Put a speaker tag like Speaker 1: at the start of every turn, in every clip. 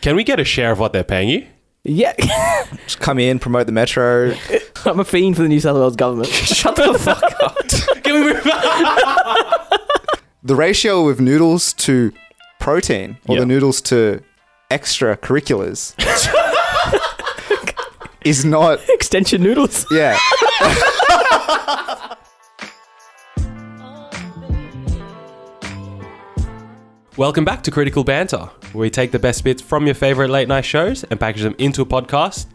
Speaker 1: Can we get a share of what they're paying you?
Speaker 2: Yeah,
Speaker 3: Just come in, promote the metro.
Speaker 2: I'm a fiend for the New South Wales government. Shut the fuck up.
Speaker 1: Can we move on?
Speaker 3: the ratio of noodles to protein or
Speaker 1: Yeah.
Speaker 3: the noodles to extracurriculars is not
Speaker 2: Extension noodles.
Speaker 3: yeah
Speaker 1: Welcome back to Critical Banter, where we take the best bits from your favorite late night shows and package them into a podcast.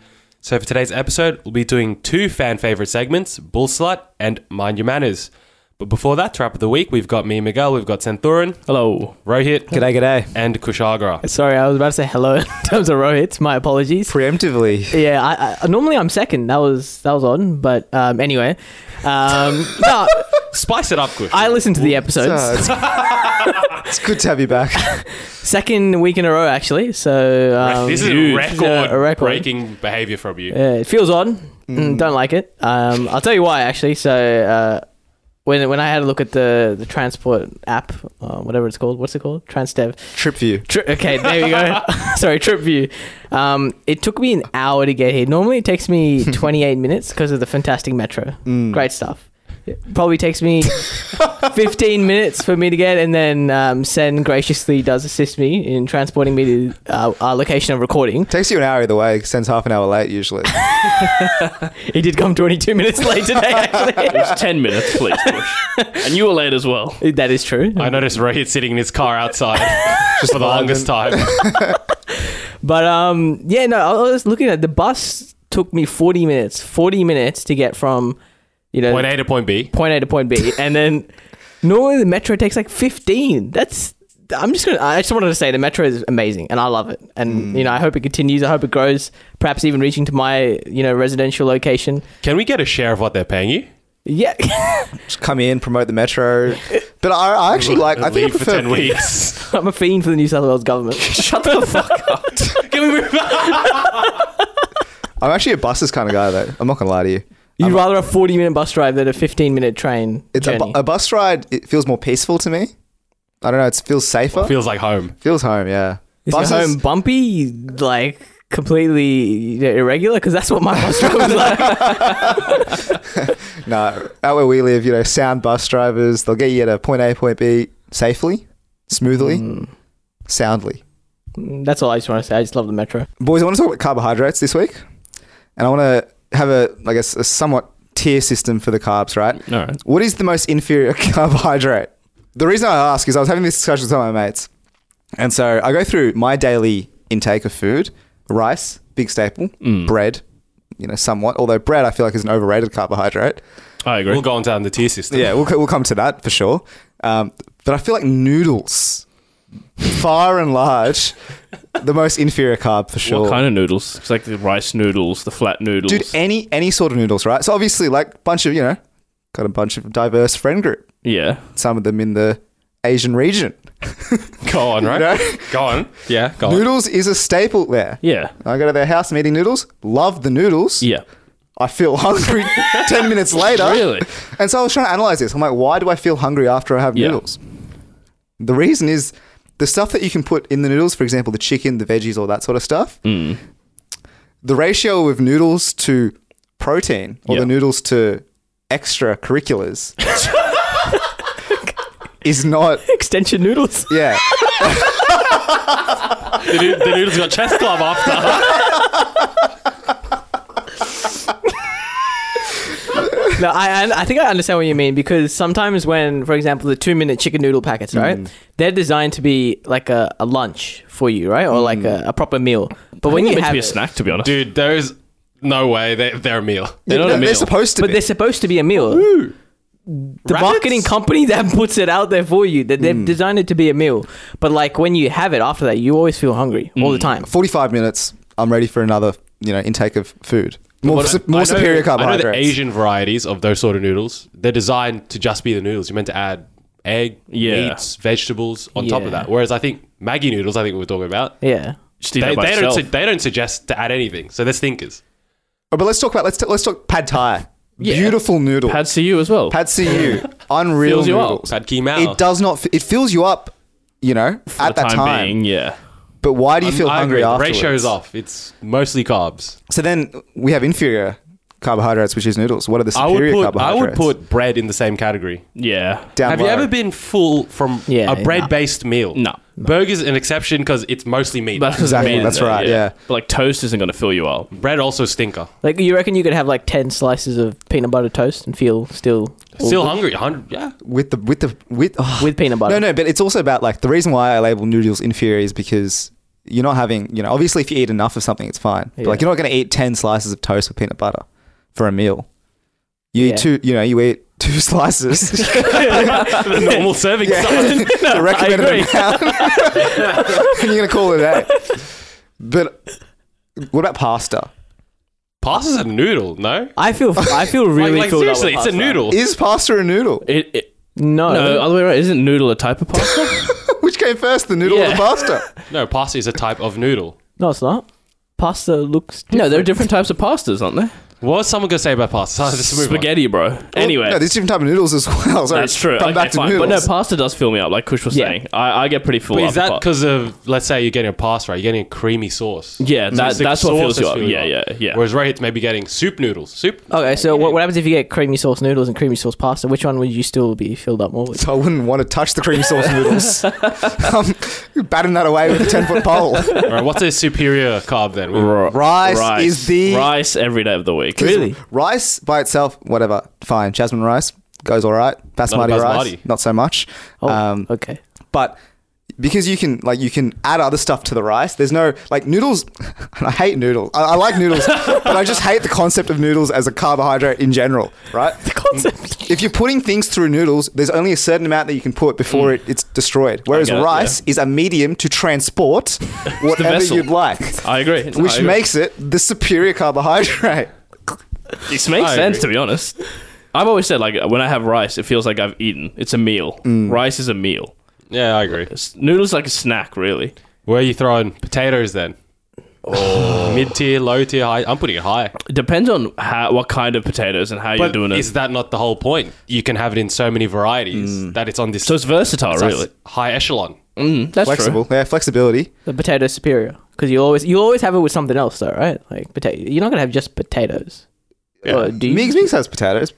Speaker 1: So for today's episode, we'll be doing two fan favorite segments, Bull Slut and Mind Your Manners. But before that, to wrap up the week, we've got me, Miguel, we've got Santhurin,
Speaker 2: Hello.
Speaker 1: Rohit,
Speaker 3: g'day g'day
Speaker 1: and Kushagra.
Speaker 2: Sorry, I was about to say hello in terms of Rohits. My apologies.
Speaker 3: preemptively
Speaker 2: Yeah, I, I normally I'm second. That was that was on, but um, anyway, um, no,
Speaker 1: Spice it up, Kush.
Speaker 2: I listened to the episodes.
Speaker 3: So it's, it's good to have you back
Speaker 2: Second week in a row, actually. So um,
Speaker 1: this is
Speaker 2: huge.
Speaker 1: record,
Speaker 2: Yeah, a record.
Speaker 1: breaking behavior from you.
Speaker 2: Yeah, it feels odd. Mm, Don't like it. Um, I'll tell you why actually. So uh, when when I had a look at the the transport app, uh, whatever it's called, what's it called? Transdev.
Speaker 3: trip view
Speaker 2: Tri- okay, there you go. Sorry, trip view. Um, it took me an hour to get here. Normally, it takes me 28 minutes because of the fantastic metro. Great stuff. It probably takes me 15 minutes for me to get, and then um, Sen graciously does assist me in transporting me to uh, our location of recording.
Speaker 3: takes you an hour either way sends half an hour late usually
Speaker 2: He did come 22 minutes late today, actually.
Speaker 4: It's 10 minutes, please, Bush. and you were late as well.
Speaker 2: that is true.
Speaker 1: I noticed Rohit sitting in his car outside just for the
Speaker 3: vibing.
Speaker 1: longest time.
Speaker 2: But um, yeah, no, I was looking at the bus took me 40 minutes, 40 minutes to get from, you know,
Speaker 1: Point A to point B.
Speaker 2: point A to point B, and then normally the metro takes like fifteen. That's I'm just gonna. I just wanted to say the metro is amazing, and I love it. And you know, I hope it continues. I hope it grows. Perhaps even reaching to my you know residential location.
Speaker 1: Can we get a share of what they're paying you?
Speaker 2: Yeah,
Speaker 3: just come in promote the metro but I, I actually like I think I
Speaker 1: Leave for
Speaker 3: prefer
Speaker 1: 10 weeks.
Speaker 2: I'm a fiend for the New South Wales government. Shut the fuck up.
Speaker 1: Can we move on?
Speaker 3: I'm actually a buses kind of guy though I'm not gonna lie to you
Speaker 2: You'd rather a 40 minute bus drive than a 15 minute train
Speaker 3: it's a,
Speaker 2: journey.
Speaker 3: bu- a bus ride it feels more peaceful to me I don't know it feels safer
Speaker 1: Feels like home.
Speaker 3: feels home yeah
Speaker 2: is your home bumpy? Like completely you know, irregular? Because that's what my bus drive was like.
Speaker 3: No, out where we live, you know, sound bus drivers, they'll get you to point A, point B safely, smoothly,
Speaker 2: Hmm.
Speaker 3: soundly.
Speaker 2: that's all I just want to say. I just love the metro.
Speaker 3: Boys, I want to talk about carbohydrates this week. And I want to have a, I guess, a somewhat tier system for the carbs, right?
Speaker 4: All right.
Speaker 3: What is the most inferior carbohydrate? The reason I ask is I was having this discussion with some of my mates. And so I go through my daily intake of food rice, big staple,
Speaker 4: Mm.
Speaker 3: bread, you know, somewhat. Although bread, I feel like, is an overrated carbohydrate.
Speaker 4: I agree.
Speaker 1: We'll go on down the tier system.
Speaker 3: Yeah, we'll, we'll come to that for sure. Um, but I feel like noodles, far and large, the most inferior carb for sure.
Speaker 4: What kind of noodles? It's like the rice noodles, the flat noodles.
Speaker 3: Dude, any any sort of noodles, right? So obviously, like bunch of you know, got a bunch of diverse friend group.
Speaker 4: yeah.
Speaker 3: Some of them in the Asian region.
Speaker 1: Go on, right?
Speaker 3: know?
Speaker 1: Go on. Yeah, go on.
Speaker 3: Noodles is a staple there.
Speaker 4: Yeah.
Speaker 3: I go to their house, I'm eating noodles. Love the noodles.
Speaker 4: Yeah.
Speaker 3: I feel hungry 10 minutes later.
Speaker 4: Really?
Speaker 3: And so I was trying to analyze this. I'm like, why do I feel hungry after I have
Speaker 4: Yeah.
Speaker 3: noodles? The reason is the stuff that you can put in the noodles, for example, the chicken, the veggies, all that sort of stuff,
Speaker 4: Hmm.
Speaker 3: the ratio of noodles to protein or the
Speaker 4: Yeah.
Speaker 3: noodles to extracurriculars is not,
Speaker 2: Extension noodles.
Speaker 3: yeah.
Speaker 1: The, noo- the noodles got chess club after.
Speaker 2: No, I, I- I think I understand what you mean because sometimes when, for example, the two-minute chicken noodle packets, right? They're designed to be like a, a lunch for you, right, or like a, a proper meal. But when
Speaker 4: They're
Speaker 2: you
Speaker 4: meant to
Speaker 2: have,
Speaker 4: be a snack, to be honest.
Speaker 1: Dude, there is no way they, they're a meal.
Speaker 4: They're not a meal.
Speaker 3: They're supposed to
Speaker 2: but
Speaker 3: be.
Speaker 2: they're supposed to be a meal. The marketing company that puts it out there for you, that they've designed it to be a meal. But like when you have it after that, you always feel hungry all
Speaker 1: Mm.
Speaker 2: the time.
Speaker 3: 45 minutes, I'm ready for another, you know, intake of food. More,
Speaker 1: But
Speaker 3: su-
Speaker 1: I
Speaker 3: more
Speaker 1: know-
Speaker 3: superior
Speaker 1: I know the
Speaker 3: carbohydrates.
Speaker 1: Asian varieties of those sort of noodles, they're designed to just be the noodles. You're meant to add egg,
Speaker 4: Yeah.
Speaker 1: meats, vegetables on top of
Speaker 2: Yeah.
Speaker 1: that. Whereas I think Maggie noodles, I think we were talking about,
Speaker 2: Yeah.
Speaker 4: Just eat
Speaker 1: they,
Speaker 4: that by
Speaker 1: they, don't,
Speaker 4: itself.
Speaker 1: su- they don't suggest to add anything. So they're stinkers.
Speaker 3: Oh, but let's talk about let's t- let's talk pad thai. Beautiful noodle. Pad,
Speaker 4: Pads to you as well.
Speaker 3: see you. Unreal
Speaker 4: Fills you up.
Speaker 3: noodles.
Speaker 1: Pad Ki Mao.
Speaker 3: It does not. f- It fills you up. You know,
Speaker 4: For
Speaker 3: at
Speaker 4: the
Speaker 3: that time.
Speaker 4: being, yeah.
Speaker 3: But why do you
Speaker 1: I'm-
Speaker 3: feel
Speaker 1: I
Speaker 3: hungry
Speaker 1: agree. The
Speaker 3: afterwards?
Speaker 1: ratio is off. It's mostly carbs.
Speaker 3: So then we have inferior carbohydrates, which is noodles. What are the
Speaker 1: I would
Speaker 3: superior
Speaker 1: put I
Speaker 3: carbohydrates?
Speaker 1: would put bread in the same category.
Speaker 4: Yeah.
Speaker 3: Down
Speaker 1: Have you
Speaker 3: low.
Speaker 1: ever been full from
Speaker 2: Yeah,
Speaker 1: a bread-based meal?
Speaker 4: No.
Speaker 1: Burger's an exception because it's mostly meat.
Speaker 4: That's
Speaker 3: Exactly, that's right, yeah.
Speaker 4: uh, But like toast isn't going to fill you up.
Speaker 1: bread also stinker.
Speaker 2: Like, you reckon you could have like 10 slices of peanut butter toast and feel still.
Speaker 1: Still hungry. 100, yeah.
Speaker 3: with the with the with oh.
Speaker 2: With peanut butter.
Speaker 3: No, no, but it's also about like the reason why I label noodles inferior is because you're not having you know obviously if you eat enough of something it's fine. But like
Speaker 2: Yeah.
Speaker 3: you're not going to eat ten slices of toast with peanut butter for a meal. You
Speaker 2: Yeah.
Speaker 3: eat two, you know, you eat two slices.
Speaker 1: the normal serving
Speaker 3: Yeah.
Speaker 1: size.
Speaker 3: the recommended
Speaker 2: agree.
Speaker 3: amount. and you're gonna call it a day. But what about pasta?
Speaker 1: Pasta's a noodle, no?
Speaker 2: I feel I feel really
Speaker 1: like, like
Speaker 2: filled up with
Speaker 1: seriously, it's a
Speaker 2: pasta.
Speaker 1: noodle.
Speaker 3: Is pasta a noodle?
Speaker 4: It, it,
Speaker 2: No,
Speaker 4: no, other way around. Isn't noodle a type of pasta?
Speaker 3: Which came first, the noodle or the
Speaker 4: Yeah.
Speaker 3: pasta?
Speaker 1: no, pasta is a type of noodle.
Speaker 2: no, it's not. Pasta looks.
Speaker 4: no, there are different types of pastas, aren't there?
Speaker 1: What was someone going to say about pasta? Oh, just move on.
Speaker 4: Spaghetti, bro. anyway.
Speaker 3: no, there's different type of noodles as well. Sorry,
Speaker 4: that's true.
Speaker 3: Come
Speaker 4: Okay,
Speaker 3: back to
Speaker 4: fine.
Speaker 3: noodles.
Speaker 4: But no, pasta does fill me up, like Kush was
Speaker 2: Yeah.
Speaker 4: saying. I, I get pretty full.
Speaker 1: But is
Speaker 4: after
Speaker 1: that
Speaker 4: pa-
Speaker 1: because of, let's say you're getting a pasta, right? You're getting a creamy sauce.
Speaker 4: Yeah,
Speaker 1: So
Speaker 4: that,
Speaker 1: it's the
Speaker 4: that's what
Speaker 1: sauce
Speaker 4: fills you
Speaker 1: that's
Speaker 4: up.
Speaker 1: filling
Speaker 4: Yeah, yeah, yeah.
Speaker 1: Whereas Rohit's maybe getting soup noodles. Soup?
Speaker 2: Okay, so what, what happens if you get creamy sauce noodles and creamy sauce pasta? Which one would you still be filled up more with?
Speaker 3: so I wouldn't want to touch the cream sauce noodles. I'm batting that away with a ten foot pole.
Speaker 1: All right, what's a superior carb then?
Speaker 4: R-
Speaker 3: Rice is the-
Speaker 4: rice every day of the week.
Speaker 2: Really?
Speaker 3: Rice by itself, whatever, fine. Jasmine rice goes all right. Basmati, rice,
Speaker 1: basmati.
Speaker 3: not so much.
Speaker 2: Oh,
Speaker 3: um,
Speaker 2: okay.
Speaker 3: but because you can like you can add other stuff to the rice there's no like noodles and i hate noodles i, I like noodles but i just hate the concept of noodles as a carbohydrate in general right
Speaker 2: The concept.
Speaker 3: if you're putting things through noodles there's only a certain amount that you can put before it, it's destroyed whereas
Speaker 4: get it,
Speaker 3: rice is a medium to transport whatever
Speaker 4: vessel.
Speaker 3: you'd like
Speaker 4: I agree. No, I
Speaker 3: which
Speaker 4: agree.
Speaker 3: makes it the superior carbohydrate
Speaker 4: this makes
Speaker 1: I
Speaker 4: sense
Speaker 1: agree.
Speaker 4: to be honest. I've always said like when I have rice, it feels like I've eaten. It's a meal. Rice is a meal.
Speaker 1: Yeah, I agree.
Speaker 4: S- Noodles like a snack, really.
Speaker 1: Where are you throwing potatoes then? Oh. Mid tier, low tier, high. I'm putting it high.
Speaker 4: It depends on how, what kind of potatoes and how you're doing it.
Speaker 1: is that not the whole point? You can have it in so many varieties that it's on this
Speaker 4: so it's versatile,
Speaker 1: that's
Speaker 4: really.
Speaker 1: high echelon.
Speaker 4: Mm, that's
Speaker 3: flexible yeah flexibility
Speaker 2: the potato superior because you always you always have it with something else though, right? Like potato. You're not gonna have just potatoes. Or Uh, do you?
Speaker 3: migs migs has potatoes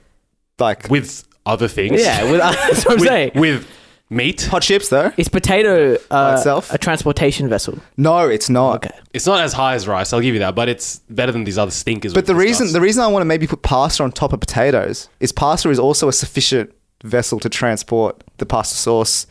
Speaker 3: like
Speaker 1: With other things.
Speaker 2: Yeah, with, that's what I'm saying.
Speaker 1: With, with meat.
Speaker 3: hot chips though
Speaker 2: Is potato uh,
Speaker 3: itself?
Speaker 2: a transportation vessel?
Speaker 3: no it's not
Speaker 2: Okay.
Speaker 1: It's not as high as rice, I'll give you that, but it's better than these other stinkers.
Speaker 3: But the reason the reason I want to maybe put pasta on top of potatoes is pasta is also a sufficient vessel to transport the pasta sauce,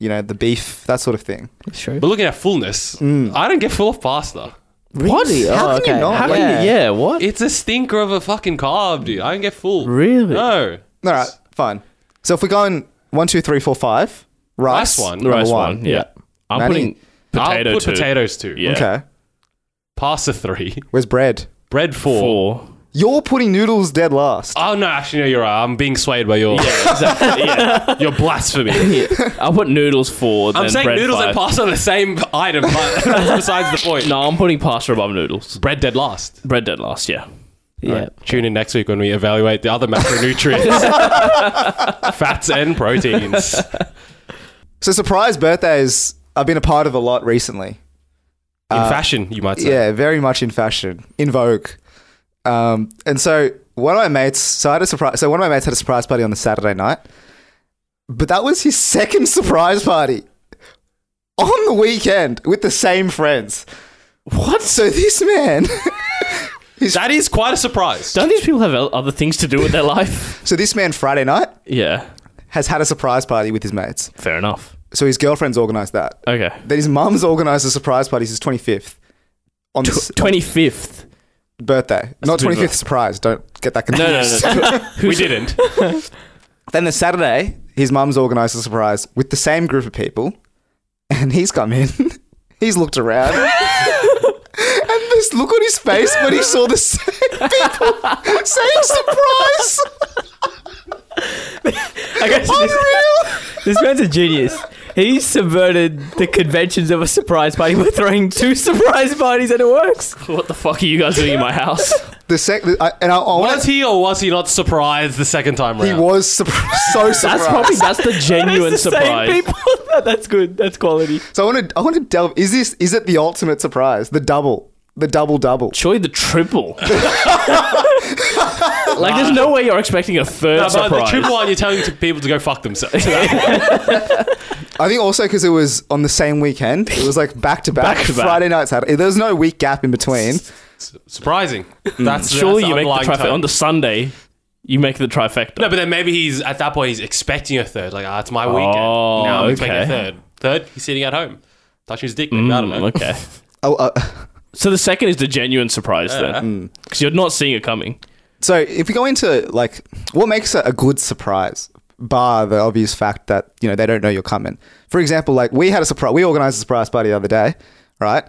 Speaker 3: you know, the beef, that sort of thing.
Speaker 2: That's true.
Speaker 1: But looking at fullness, I don't get full of pasta.
Speaker 2: Really?
Speaker 3: How can you not?
Speaker 4: How
Speaker 3: Like-
Speaker 4: can you, yeah, what?
Speaker 1: It's a stinker of a fucking carb, dude. I don't get full.
Speaker 2: Really?
Speaker 1: No.
Speaker 3: All right, fine. So if we're going one, two, three, four, five,
Speaker 1: Rice
Speaker 3: rice,
Speaker 1: one.
Speaker 4: The
Speaker 3: number
Speaker 4: rice one. Yeah.
Speaker 2: Yeah.
Speaker 4: I'm
Speaker 3: Manny?
Speaker 4: putting potato
Speaker 1: I'll put
Speaker 4: two.
Speaker 1: potatoes too.
Speaker 4: Yeah.
Speaker 3: Okay,
Speaker 1: Pasta three.
Speaker 3: where's bread?
Speaker 1: Bread four.
Speaker 4: Four.
Speaker 3: You're putting noodles dead last.
Speaker 1: Oh no, actually no, you're right. I'm being swayed by your
Speaker 4: Yeah, exactly. yeah.
Speaker 1: your blasphemy.
Speaker 4: I'll put noodles four.
Speaker 1: I'm
Speaker 4: then
Speaker 1: saying
Speaker 4: bread
Speaker 1: noodles
Speaker 4: five.
Speaker 1: and pasta are the same item, but that's besides the point.
Speaker 4: No, I'm putting pasta above noodles.
Speaker 1: Bread dead last.
Speaker 4: Bread dead last, yeah.
Speaker 2: Yeah.
Speaker 1: Tune in next week when we evaluate the other macronutrients, fats and proteins.
Speaker 3: So surprise birthdays, I've been a part of a lot recently.
Speaker 1: In
Speaker 4: Uh,
Speaker 1: fashion, you might say.
Speaker 3: Yeah, very much in fashion, in vogue. Um, and so one of my mates, so I had a surprise. So one of my mates had a surprise party on the Saturday night, but that was his second surprise party on the weekend with the same friends. What? So this man,
Speaker 1: That is quite a surprise.
Speaker 4: Don't these people have el- other things to do with their life?
Speaker 3: so this man Friday night
Speaker 4: Yeah.
Speaker 3: has had a surprise party with his mates.
Speaker 4: Fair enough.
Speaker 3: So his girlfriend's organised that.
Speaker 4: Okay.
Speaker 3: Then his mum's organised a surprise party. His twenty fifth on the
Speaker 4: Twenty fifth.
Speaker 3: birthday, not
Speaker 4: too
Speaker 3: twenty fifth
Speaker 4: much.
Speaker 3: surprise. Don't get that confused.
Speaker 4: No, no, no.
Speaker 1: we didn't.
Speaker 3: Then the Saturday, his mum's organised a surprise with the same group of people, and he's come in. he's looked around, and this look on his face when he saw the same people, same surprise.
Speaker 2: Okay, so this, this man's a genius. He subverted the conventions of a surprise party by throwing two surprise parties and it works.
Speaker 4: what the fuck are you guys doing in my house?
Speaker 3: the sec, the, I, and I, I
Speaker 1: Was
Speaker 3: want
Speaker 1: he or was he not surprised the second time
Speaker 3: he
Speaker 1: round?
Speaker 3: was surp- so surprised.
Speaker 4: That's probably that's the genuine
Speaker 2: It's the
Speaker 4: surprise.
Speaker 2: same people. that's good. That's quality.
Speaker 3: so I want to I want to delve. Is this is it the ultimate surprise? The double, the double double.
Speaker 4: Surely the triple. like, there's no way you're expecting a third
Speaker 1: No, but
Speaker 4: surprise.
Speaker 1: the triple one, you're telling to people to go fuck themselves.
Speaker 3: I think also because it was on the same weekend. It was like back to back.
Speaker 4: Back to back.
Speaker 3: Friday night, Saturday. There was no week gap in between.
Speaker 1: Surprising. That's
Speaker 4: Mm. Surely
Speaker 1: that's
Speaker 4: you make
Speaker 1: underlying
Speaker 4: the trifecta
Speaker 1: tone.
Speaker 4: on the Sunday. You make the trifecta.
Speaker 1: No, but then maybe he's at that point he's expecting a third. Like, ah, it's my weekend.
Speaker 4: Oh,
Speaker 1: now I'm expecting a
Speaker 4: okay.
Speaker 1: third. Third, he's sitting at home, touching his dick. maybe, I don't
Speaker 4: Mm,
Speaker 1: know.
Speaker 4: okay.
Speaker 3: Oh, uh,
Speaker 4: So the second is the genuine surprise then, because you're not seeing it coming.
Speaker 3: so if we go into like what makes a, a good surprise, bar the obvious fact that you know they don't know you're coming. For example, like we had a surprise. We organized a surprise party the other day, right?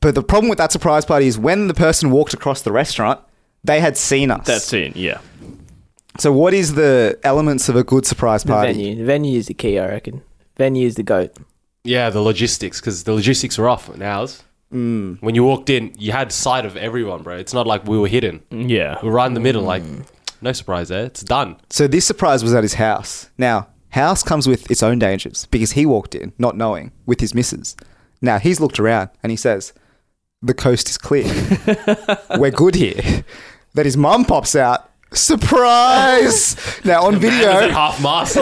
Speaker 3: But the problem with that surprise party is when the person walked across the restaurant, they had seen us.
Speaker 4: That's it. Yeah.
Speaker 3: So what is the elements of a good surprise
Speaker 2: The
Speaker 3: party?
Speaker 2: venue. The venue is the key, I reckon. Venue is the goat.
Speaker 1: Yeah, the logistics because the logistics were off in ours. When you walked in, you had sight of everyone, bro. It's not like we were hidden.
Speaker 4: Yeah.
Speaker 1: We were right in the middle, like no surprise there. It's done.
Speaker 3: So this surprise was at his house. Now, house comes with its own dangers because he walked in, not knowing, with his missus. Now he's looked around and he says, The coast is clear. We're good here. That his mum pops out. Surprise! now on
Speaker 1: It was at
Speaker 3: video,
Speaker 1: half mast.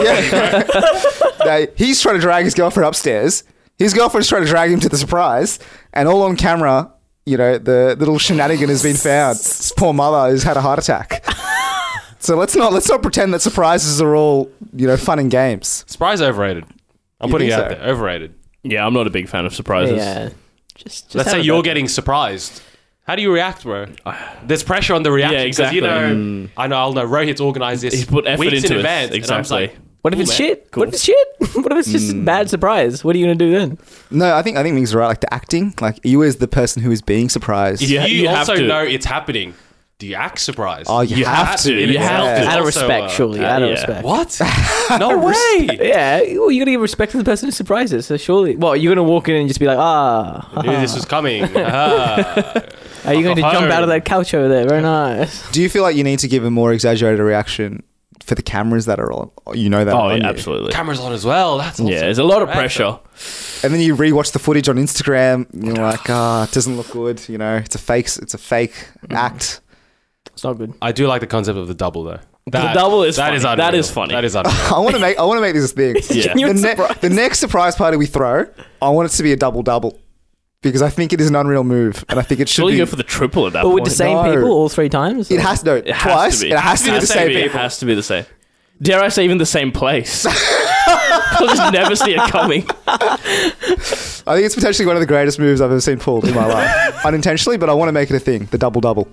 Speaker 3: now, he's trying to drag his girlfriend upstairs. His girlfriend's trying to drag him to the surprise, and all on camera, you know, the little shenanigan has been found. This poor mother has had a heart attack. so let's not let's not pretend that surprises are all you know fun and games.
Speaker 1: Surprise overrated. I'm
Speaker 3: You
Speaker 1: putting it
Speaker 3: think
Speaker 1: out
Speaker 3: so?
Speaker 1: there. Overrated.
Speaker 4: Yeah. I'm not a big fan of surprises.
Speaker 2: Yeah. Just, just
Speaker 1: Let's
Speaker 2: have
Speaker 1: say
Speaker 2: a
Speaker 1: you're
Speaker 2: go.
Speaker 1: getting surprised. How do you react, bro? There's pressure on the reaction.
Speaker 4: Yeah,
Speaker 1: 'cause You know,
Speaker 4: exactly.
Speaker 1: I know. I'll know. Rohit's organized this.
Speaker 4: He's put effort
Speaker 1: weeks in
Speaker 4: into it.
Speaker 1: advance. and I'm just
Speaker 4: Exactly.
Speaker 1: like,
Speaker 2: What if it's
Speaker 1: man. Hmm.
Speaker 2: shit? What if it's shit? what if it's just a bad surprise? What are you gonna do then?
Speaker 3: No, I think I think things are right. Like the acting, like you as the person who is being surprised.
Speaker 1: if
Speaker 4: Yeah,
Speaker 1: you,
Speaker 4: you have
Speaker 1: also
Speaker 4: to.
Speaker 1: know it's happening, do you act surprised?
Speaker 3: Oh, you,
Speaker 4: You
Speaker 3: have,
Speaker 4: have
Speaker 3: to.
Speaker 4: to.
Speaker 1: In
Speaker 4: You
Speaker 1: itself
Speaker 4: have
Speaker 1: is
Speaker 4: to.
Speaker 2: Out of
Speaker 1: also,
Speaker 2: respect,
Speaker 1: uh,
Speaker 2: surely.
Speaker 4: uh,
Speaker 2: out of
Speaker 4: yeah.
Speaker 2: respect.
Speaker 1: What? no way.
Speaker 2: Yeah, well, you gotta give respect to the person who surprises. So surely, well, you're gonna walk in and just be like, ah,
Speaker 1: I knew this was coming. Ah.
Speaker 2: are you going to
Speaker 1: Fuck
Speaker 2: jump out
Speaker 1: home.
Speaker 2: of that couch over there? Very nice.
Speaker 3: Do you feel like you need to give a more exaggerated reaction for the cameras that are on? You know that. are
Speaker 4: Oh,
Speaker 3: on
Speaker 4: yeah,
Speaker 3: you.
Speaker 4: absolutely.
Speaker 1: Cameras on as well. That's also
Speaker 4: Yeah. There's a lot of
Speaker 1: Right,
Speaker 4: pressure.
Speaker 3: And then you rewatch the footage on Instagram. And you're like, ah, it doesn't look good. You know, it's a fake. It's a fake act.
Speaker 2: It's not good.
Speaker 1: I do like the concept of the double though. That,
Speaker 4: double is
Speaker 1: that
Speaker 4: funny.
Speaker 1: unreal.
Speaker 4: That is funny.
Speaker 1: That is unreal.
Speaker 3: I want to make. I want to make this a thing.
Speaker 4: Yeah.
Speaker 3: The,
Speaker 2: Genuine
Speaker 3: ne-
Speaker 2: surprise.
Speaker 3: the next surprise party we throw, I want it to be a double double, because I think it is an unreal move, and I think it should
Speaker 4: Surely
Speaker 3: be.
Speaker 4: you go for the triple at that
Speaker 2: But
Speaker 4: point.
Speaker 2: with the same
Speaker 3: Oh, No.
Speaker 2: people all three times? Oh,
Speaker 3: it has no
Speaker 4: It has
Speaker 3: twice.
Speaker 4: to be.
Speaker 3: It has to be the same
Speaker 4: It
Speaker 3: people.
Speaker 4: has to be the same. Dare I say, even the same place? I'll just never see it coming.
Speaker 3: I think it's potentially one of the greatest moves I've ever seen pulled in my life, unintentionally. But I want to make it a thing. The double double.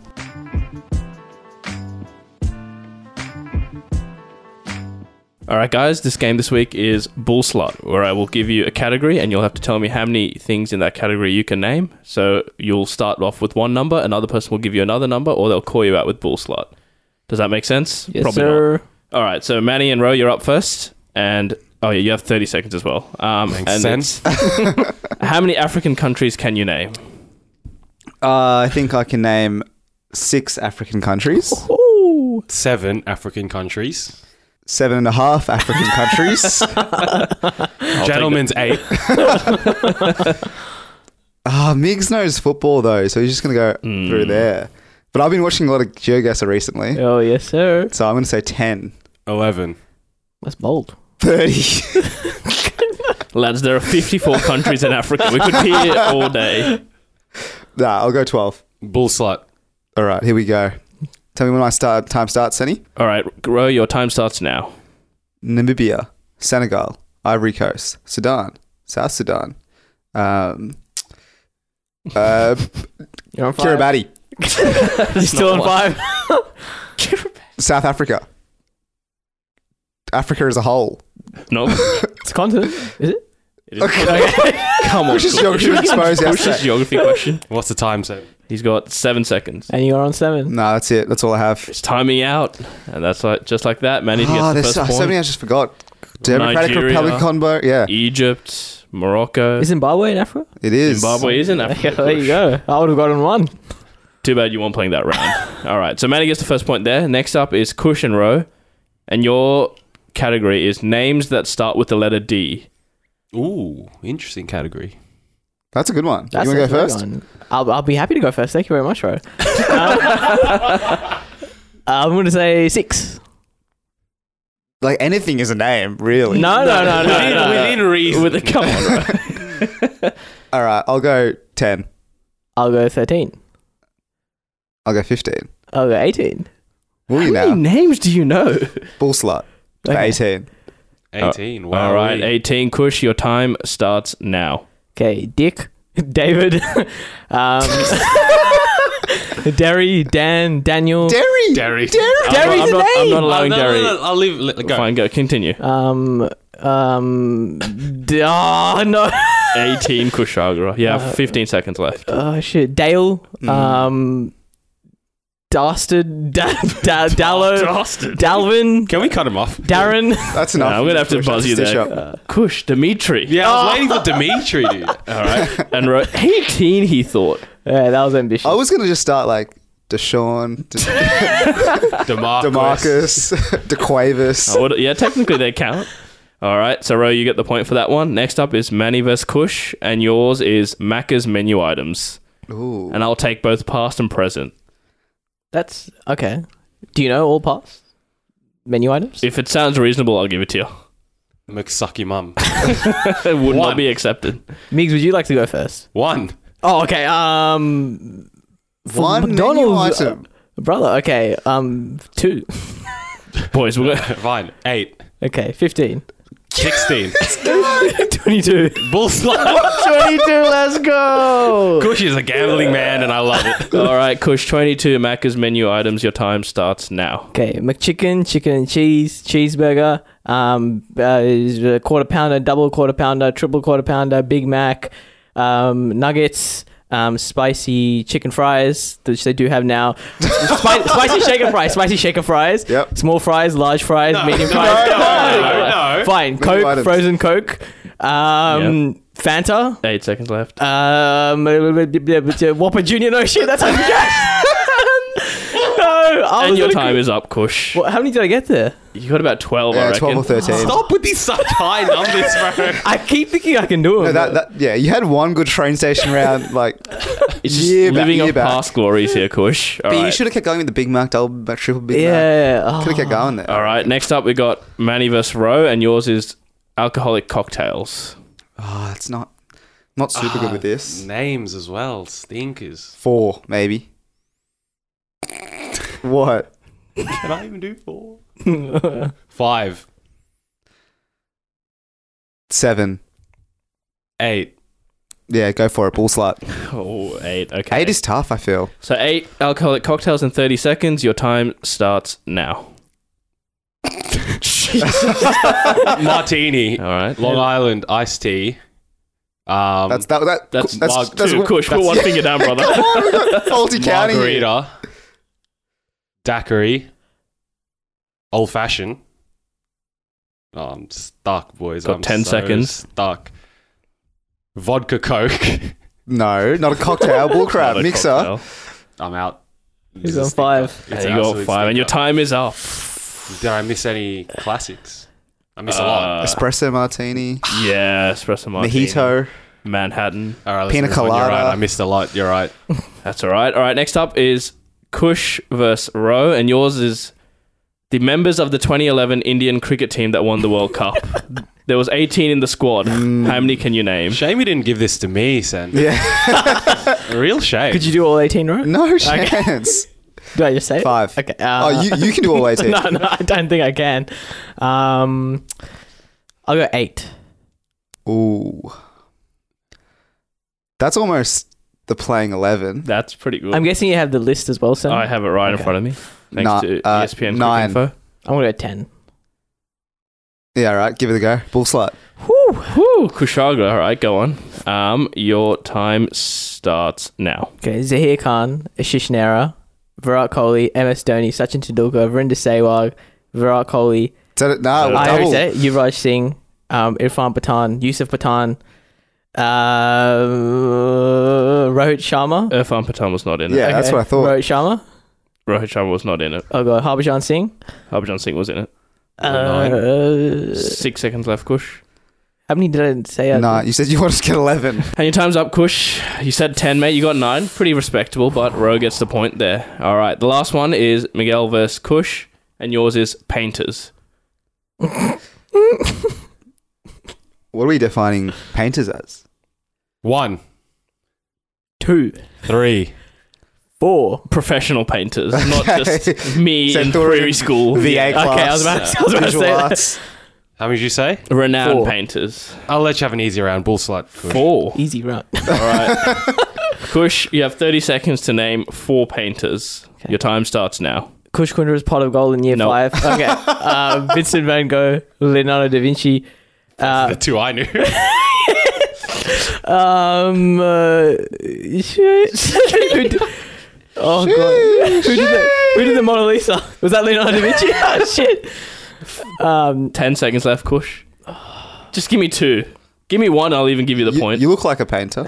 Speaker 4: All right, guys, this game this week is Bull Slot, where I will give you a category and you'll have to tell me how many things in that category you can name. So you'll start off with one number, another person will give you another number, or they'll call you out with Bull Slot. Does that make sense?
Speaker 2: Yes,
Speaker 4: Probably
Speaker 2: sir.
Speaker 4: not. All right, so Manny and Ro, you're up first. And oh, yeah, you have 30 seconds as well. Um, and
Speaker 1: sense.
Speaker 4: it's- how many African countries can you name?
Speaker 3: Uh, I think I can name six African countries,
Speaker 2: Ooh.
Speaker 1: Seven African countries.
Speaker 3: seven and a half African countries.
Speaker 4: I'll
Speaker 1: Gentlemen's eight.
Speaker 3: Ah, Migs knows football though, so he's just gonna go through there. But I've been watching a lot of GeoGuessr recently,
Speaker 2: Oh, yes, sir.
Speaker 3: so I'm gonna say 10,
Speaker 1: Eleven.
Speaker 2: That's bold.
Speaker 3: 30.
Speaker 4: take it. Lads, there are 54 countries in Africa. We could be here all day.
Speaker 3: nah, I'll go 12.
Speaker 1: Bull slut.
Speaker 3: All right, here we go. Tell me when my start time starts, Senny.
Speaker 4: All right, Ro, your time starts now.
Speaker 3: Namibia, Senegal, Ivory Coast, Sudan, South Sudan, um, uh,
Speaker 2: You're on fire.
Speaker 3: Kiribati,
Speaker 2: You're still on
Speaker 4: not
Speaker 2: five.
Speaker 3: South Africa, Africa as a whole.
Speaker 4: Nope.
Speaker 2: It's a continent, is it?
Speaker 4: It is- Come on.
Speaker 3: Which is
Speaker 4: George.
Speaker 3: geography was exposed
Speaker 4: Which is
Speaker 3: yesterday.
Speaker 4: geography question.
Speaker 1: What's the time set?
Speaker 4: He's got seven seconds.
Speaker 2: And you are on seven.
Speaker 3: Nah, that's it. That's all I have.
Speaker 4: It's timing out, and that's like just like that. Manny
Speaker 3: Ah, there's
Speaker 4: gets the first
Speaker 3: so, so
Speaker 4: point.
Speaker 3: many I just forgot. Democratic
Speaker 4: Nigeria.
Speaker 3: Republic Congo. Yeah,
Speaker 4: Egypt, Morocco,
Speaker 2: Is Zimbabwe in Africa?
Speaker 3: it is.
Speaker 4: Zimbabwe is in
Speaker 2: Yeah,
Speaker 4: Africa.
Speaker 2: there you go. I would have gotten one.
Speaker 4: Too bad you weren't playing that round. All right. So Manny gets the first point there. Next up is Cush and Row. And your category is names that start with the letter D.
Speaker 1: Ooh, interesting category.
Speaker 3: That's a good one.
Speaker 2: That's
Speaker 3: you want to go
Speaker 2: actually
Speaker 3: first?
Speaker 2: gone. I'll, I'll be happy to go first. Thank you very much, Ro. I'm going to say six.
Speaker 3: Like anything is a name, really.
Speaker 2: No, no, no, no.
Speaker 4: Within-
Speaker 2: no, no.
Speaker 4: within reason. With a, come on, Ro.
Speaker 3: All right, I'll go 10.
Speaker 2: I'll go 13.
Speaker 3: I'll go 15.
Speaker 2: I'll go 18.
Speaker 3: Will
Speaker 4: How
Speaker 3: you
Speaker 4: many
Speaker 3: now?
Speaker 4: names do you know?
Speaker 3: Bull slut. for
Speaker 2: Okay.
Speaker 3: 18.
Speaker 1: 18. wow.
Speaker 4: Uh, All right, 18 Kush, your time starts now.
Speaker 2: Okay, Dick, David, um, Derry, Dan, Daniel.
Speaker 3: Derry!
Speaker 1: Derry.
Speaker 3: Derry!
Speaker 2: Derry's
Speaker 4: I'm not,
Speaker 2: a
Speaker 4: I'm
Speaker 2: name!
Speaker 4: not allowing
Speaker 1: Ah, no,
Speaker 4: Derry.
Speaker 1: No, no, I'll leave. Let, go.
Speaker 4: Fine, go. Continue.
Speaker 2: um, um, d- oh, no.
Speaker 4: 18 Kushagra. Yeah, 15 seconds left.
Speaker 2: Oh, shit. Dale, um, Dastard, da, da, Dallo,
Speaker 4: Bastard.
Speaker 2: Dalvin,
Speaker 1: Can we cut him off?
Speaker 2: Darren.
Speaker 3: That's enough.
Speaker 4: Nah, I'm gonna have to
Speaker 3: Push up,
Speaker 4: buzz you
Speaker 3: stitch
Speaker 4: there.
Speaker 3: up.
Speaker 4: Kush, Dimitri.
Speaker 1: Yeah, I was waiting for Dimitri, dude.
Speaker 4: All right. And wrote 18, he thought.
Speaker 2: Yeah, that was ambitious.
Speaker 3: I was going to just start like Deshaun, De-
Speaker 1: Demarcus.
Speaker 3: Demarcus, DeQuavis.
Speaker 4: I would- yeah, technically they count. All right, so Ro, you get the point for that one. Next up is Manny vs. Kush, and yours is Macca's menu items.
Speaker 3: Ooh.
Speaker 4: Oh. And I'll take both past and present.
Speaker 2: That's okay. Do you know all parts? Menu items?
Speaker 4: If it sounds reasonable, I'll give it to you.
Speaker 1: McSucky mum.
Speaker 4: It
Speaker 1: One.
Speaker 4: would not be accepted.
Speaker 2: Migs, would you like to go first?
Speaker 1: One.
Speaker 2: Oh, okay. Um, for
Speaker 3: One
Speaker 2: McDonald's, uh,
Speaker 3: menu item.
Speaker 2: brother. Okay. Um, two.
Speaker 4: Boys, we're gonna-
Speaker 1: Fine. Eight.
Speaker 2: Okay, fifteen.
Speaker 1: 16.
Speaker 2: Twenty-two.
Speaker 1: Bull slot.
Speaker 2: Twenty-two. Let's go.
Speaker 1: Kush is a gambling man, and I love it.
Speaker 4: All right, Kush, 22 Macca's menu items. Your time starts now.
Speaker 2: Okay, McChicken, chicken and cheese, cheeseburger. Um, uh, is a quarter pounder, double quarter pounder, triple quarter pounder, Big Mac, um, nuggets. Um, spicy chicken fries, which they do have now. Spi- spicy shaker fries, spicy shaker fries.
Speaker 3: Yep.
Speaker 2: Small fries, large fries, medium fries.
Speaker 1: no, no, no.
Speaker 2: Fine.
Speaker 3: Menu
Speaker 2: Coke,
Speaker 3: items.
Speaker 2: frozen Coke, um, Fanta, uh,
Speaker 4: Eight seconds left.
Speaker 2: um, Whopper Junior. No shit, that's hundred. no,
Speaker 3: Oh,
Speaker 2: I
Speaker 4: and
Speaker 2: was
Speaker 4: your
Speaker 2: gonna-
Speaker 4: time is up, Kush.
Speaker 2: What, how many did I get there?
Speaker 4: You got about 12, I
Speaker 3: Yeah,
Speaker 4: reckon.
Speaker 3: 12 or 13.
Speaker 1: Stop with these such high numbers, bro.
Speaker 2: I keep thinking I can do it.
Speaker 3: No, that, that, yeah, you had one good train station round. Like,
Speaker 4: It's just
Speaker 3: Year back,
Speaker 4: living
Speaker 3: year
Speaker 4: on
Speaker 3: back.
Speaker 4: past glories here, Kush. All
Speaker 3: but you
Speaker 4: right.
Speaker 3: should have kept going with the Big Mac, double Mac, triple Big Mac.
Speaker 2: yeah. oh.
Speaker 3: Could have kept going there.
Speaker 4: All right, next up we got Manny vs. Roe, and yours is alcoholic cocktails.
Speaker 3: Ah, it's not not super
Speaker 4: Ah,
Speaker 3: good with this.
Speaker 1: Names as well. Stinkers.
Speaker 3: Four, maybe. What?
Speaker 1: Can I even do four?
Speaker 2: Oh.
Speaker 1: Five.
Speaker 3: Seven.
Speaker 1: Eight.
Speaker 3: Yeah, go for it. Bull slut.
Speaker 4: Oh, eight. Okay.
Speaker 3: Eight is tough, I feel.
Speaker 4: so eight alcoholic cocktails in 30 seconds. Your time starts now.
Speaker 1: Martini.
Speaker 4: All right.
Speaker 1: Long Island iced tea. Um,
Speaker 3: That's that. that
Speaker 4: That's,
Speaker 3: that's,
Speaker 1: log
Speaker 3: that's
Speaker 4: two.
Speaker 3: what-
Speaker 4: Kush, put one finger down, brother.
Speaker 3: faulty counting. here.
Speaker 1: margarita, daiquiri, old fashioned. Oh, I'm stuck, boys.
Speaker 4: Got
Speaker 1: I'm
Speaker 4: 10
Speaker 1: so
Speaker 4: seconds.
Speaker 1: Stuck. Vodka Coke.
Speaker 3: No, not a cocktail. Bull crap.
Speaker 4: Not a
Speaker 3: Mixer.
Speaker 4: cocktail.
Speaker 1: I'm out. It's
Speaker 2: He's
Speaker 1: a
Speaker 2: on
Speaker 1: stinker.
Speaker 2: five.
Speaker 4: Yeah,
Speaker 1: It's an
Speaker 4: you got
Speaker 1: absolute
Speaker 4: five, and your
Speaker 1: stinker.
Speaker 4: time is up.
Speaker 1: Did I miss any classics? I miss a lot.
Speaker 4: Uh,
Speaker 3: Espresso martini.
Speaker 4: yeah, espresso martini.
Speaker 3: Mojito.
Speaker 4: Manhattan.
Speaker 1: All right,
Speaker 3: pina
Speaker 1: pina colada. You're
Speaker 3: colada.
Speaker 1: right. I missed a lot. You're right.
Speaker 4: That's all right. All right, next up is Kush versus Roe, and yours is the members of the 2011 Indian cricket team that won the World Cup. There was 18 in the squad.
Speaker 3: Hmm.
Speaker 4: How many can you name?
Speaker 1: Shame you didn't give this to me, Sen.
Speaker 3: Yeah.
Speaker 1: Real shame.
Speaker 2: Could you do all eighteen, right?
Speaker 3: No chance.
Speaker 2: Do I just say it?
Speaker 3: Mm. Five.
Speaker 2: Okay.
Speaker 3: Oh,
Speaker 2: Uh,
Speaker 3: you, you can do all eighteen.
Speaker 2: no, no, I don't think I can. Um, I'll go eight.
Speaker 3: Ooh. That's almost the playing eleven.
Speaker 4: That's pretty good.
Speaker 2: I'm guessing you have the list as well, Sam.
Speaker 4: Oh, I have it right
Speaker 2: Okay.
Speaker 4: in front of me. Thanks
Speaker 3: Nah,
Speaker 4: to E
Speaker 3: uh,
Speaker 4: ESPN Cricket
Speaker 3: nine.
Speaker 4: Info.
Speaker 2: I'm gonna go ten.
Speaker 3: Yeah, all right. Give it a go. Bull slut.
Speaker 2: Whew.
Speaker 4: Woo, Kushagra. All right, go on. Um, your time starts now.
Speaker 2: Okay, Zahir Khan, Ashish Nehra, Virat Kohli, MS Dhoni, Sachin Tendulkar, Verinder Sehwag, Virat Kohli,
Speaker 3: Is that it? No,
Speaker 4: Uh,
Speaker 3: double.
Speaker 2: Ayush Yuvraj Singh, um, Irfan Pathan, Yusuf Pathan, Uh, Rohit Sharma.
Speaker 4: Irfan Pathan was not in it.
Speaker 3: Yeah. that's what I thought.
Speaker 2: Rohit Sharma.
Speaker 4: Rohit Sharma was not in it.
Speaker 2: I'll go Harbhajan Singh.
Speaker 4: Harbhajan Singh was in it.
Speaker 2: Uh,
Speaker 4: Six seconds left, Kush.
Speaker 2: how many did I say? I-
Speaker 3: Nah, you said you wanted to get 11.
Speaker 4: And your time's up, Kush. You said 10, mate. You got 9. Pretty respectable, but Ro gets the point there. All right. The last one is Miguel versus Kush, and yours is Painters.
Speaker 3: What are we defining painters as?
Speaker 1: One,
Speaker 2: Two,
Speaker 1: three.
Speaker 2: four.
Speaker 4: Professional painters, not
Speaker 3: Okay.
Speaker 4: just me
Speaker 3: So
Speaker 4: in
Speaker 3: Dorian
Speaker 4: pre school.
Speaker 3: VA class.
Speaker 4: Okay, I was about to, I was about to
Speaker 3: Visual
Speaker 4: say that.
Speaker 3: arts.
Speaker 1: How many did you say?
Speaker 4: Renowned
Speaker 2: Four.
Speaker 4: painters.
Speaker 1: I'll let you have an easy round. Bull slut.
Speaker 4: Four.
Speaker 2: Easy run.
Speaker 4: All right. Kush, you have 30 seconds to name four painters. Your time starts now.
Speaker 2: Kush Kundra's pot of gold in year
Speaker 4: Nope.
Speaker 2: five. Okay. uh, Vincent van Gogh, Leonardo da Vinci.
Speaker 1: The
Speaker 2: Uh,
Speaker 1: two I knew.
Speaker 2: um, uh, shit. Who did- oh god. Who did, the, who did the Mona Lisa? Was that Leonardo da Vinci? oh shit. Um,
Speaker 4: 10 seconds left, Kush. Just give me two. Give me one, I'll even give you the
Speaker 3: You-
Speaker 4: point.
Speaker 3: You look like a painter.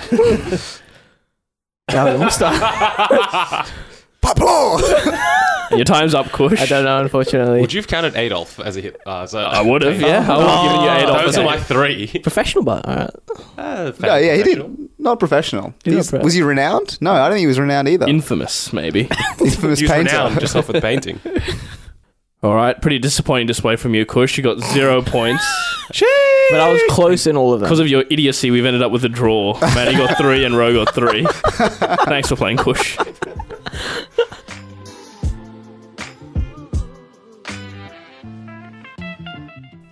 Speaker 2: no, we'll start.
Speaker 3: Pablo!
Speaker 4: Your time's up, Kush.
Speaker 2: I don't know, unfortunately.
Speaker 1: Would you have counted Adolf as a hit? Uh, so
Speaker 4: I would have, yeah. I would have given you eight off.
Speaker 1: Oh. Those
Speaker 4: the
Speaker 1: are my
Speaker 4: bat.
Speaker 1: three.
Speaker 2: Professional, but all right.
Speaker 1: Uh,
Speaker 3: no, yeah, he
Speaker 1: professional.
Speaker 3: did. Not professional.
Speaker 2: He's not
Speaker 3: He's-
Speaker 2: pro.
Speaker 3: was he renowned? No, I don't think he was renowned either.
Speaker 4: Infamous, maybe.
Speaker 3: Infamous
Speaker 1: He was
Speaker 3: painter.
Speaker 1: renowned just off with painting.
Speaker 4: All right, pretty disappointing display from you, Kush. You got zero points.
Speaker 2: But I was close in all of them.
Speaker 4: Because of your idiocy, we've ended up with a draw. Man, you got three and Ro got three. Thanks for playing, Kush.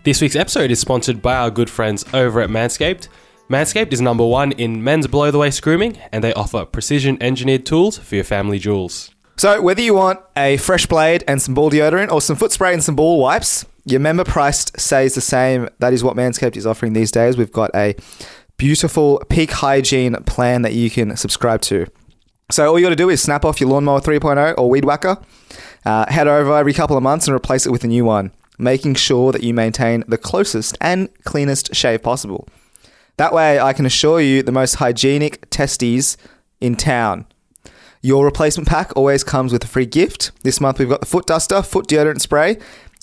Speaker 1: This week's episode is sponsored by our good friends over at Manscaped. Manscaped is number one in men's below the waist grooming, and they offer precision engineered tools for your family jewels.
Speaker 3: So, whether you want a fresh blade and some ball deodorant or some foot spray and some ball wipes, your member price stays the same. That is what Manscaped is offering these days. We've got a beautiful peak hygiene plan that you can subscribe to. So, all you got to do is snap off your lawnmower 3.0 or weed whacker, uh, head over every couple of months and replace it with a new one, making sure that you maintain the closest and cleanest shave possible. That way, I can assure you the most hygienic testes in town. Your replacement pack always comes with a free gift. This month we've got the foot duster, foot deodorant spray,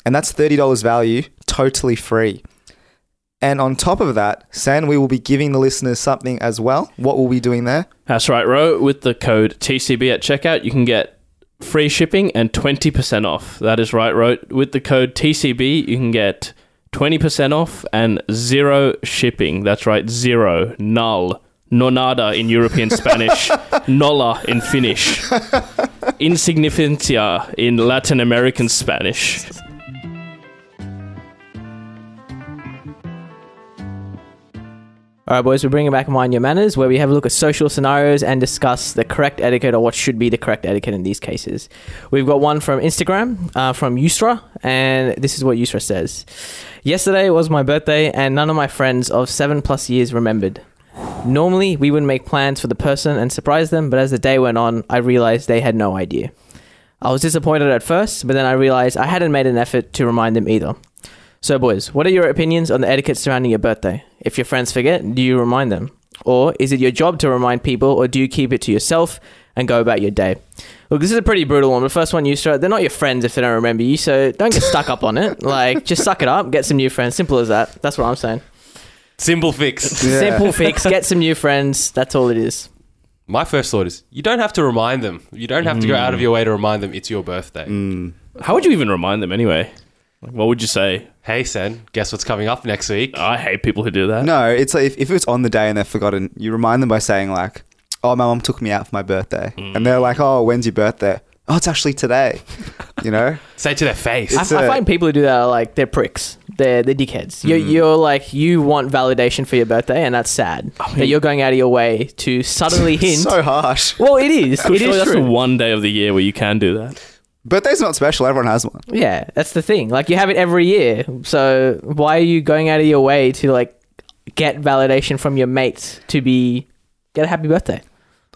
Speaker 3: and that's $30 value, totally free. And on top of that, San, we will be giving the listeners something as well. What will we be doing there?
Speaker 4: That's right, Ro. With the code TCB at checkout, you can get free shipping and 20% off. That is right, Ro. With the code TCB, you can get 20% off and zero shipping. That's right, zero, null, nonada in European Spanish, nolla in Finnish, insignificancia in Latin American Spanish.
Speaker 2: All right, boys, we're bringing back Mind Your Manners, where we have a look at social scenarios and discuss the correct etiquette or what should be the correct etiquette in these cases. We've got one from Instagram, uh, from Yusra, and this is what Yusra says Yesterday was my birthday, and none of my friends of seven plus years remembered. Normally, we would make plans for the person and surprise them, but as the day went on, I realized they had no idea. I was disappointed at first, but then I realized I hadn't made an effort to remind them either. So, boys, what are your opinions on the etiquette surrounding your birthday? If your friends forget, do you remind them? Or is it your job to remind people, or do you keep it to yourself and go about your day? Look, this is a pretty brutal one. The first one you start, they're not your friends if they don't remember you, so don't get stuck up on it. Like, just suck it up, get some new friends. Simple as that. That's what I'm saying.
Speaker 1: Simple fix.
Speaker 3: Yeah.
Speaker 2: Simple fix, get some new friends. That's all it is.
Speaker 1: My first thought is you don't have to remind them. You don't have to go out of your way to remind them it's your birthday.
Speaker 4: How would you even remind them anyway? Like, what would you say?
Speaker 1: Hey, Sen, guess what's coming up next week?
Speaker 4: I hate people who do that.
Speaker 3: No, it's like if, if it's on the day and they've forgotten, you remind them by saying like, "Oh, my mom took me out for my birthday," and they're like, "Oh, when's your birthday?" Oh, it's actually today. You know,
Speaker 1: Say it to their face.
Speaker 2: I,
Speaker 3: It's
Speaker 2: I
Speaker 3: a-
Speaker 2: find people who do that are like, they're pricks. They're, they're dickheads. You're,
Speaker 3: Mm-hmm.
Speaker 2: you're like, you want validation for your birthday, and that's sad. that you're going out of your way to subtly hint.
Speaker 3: so harsh.
Speaker 2: Well, it is. It
Speaker 4: Surely
Speaker 2: is
Speaker 4: that's the
Speaker 2: true.
Speaker 4: one day of the year where you can do that.
Speaker 3: Birthday's not special. Everyone has one.
Speaker 2: Yeah, that's the thing. Like you have it every year, so why are you going out of your way to like get validation from your mates to be get a happy birthday?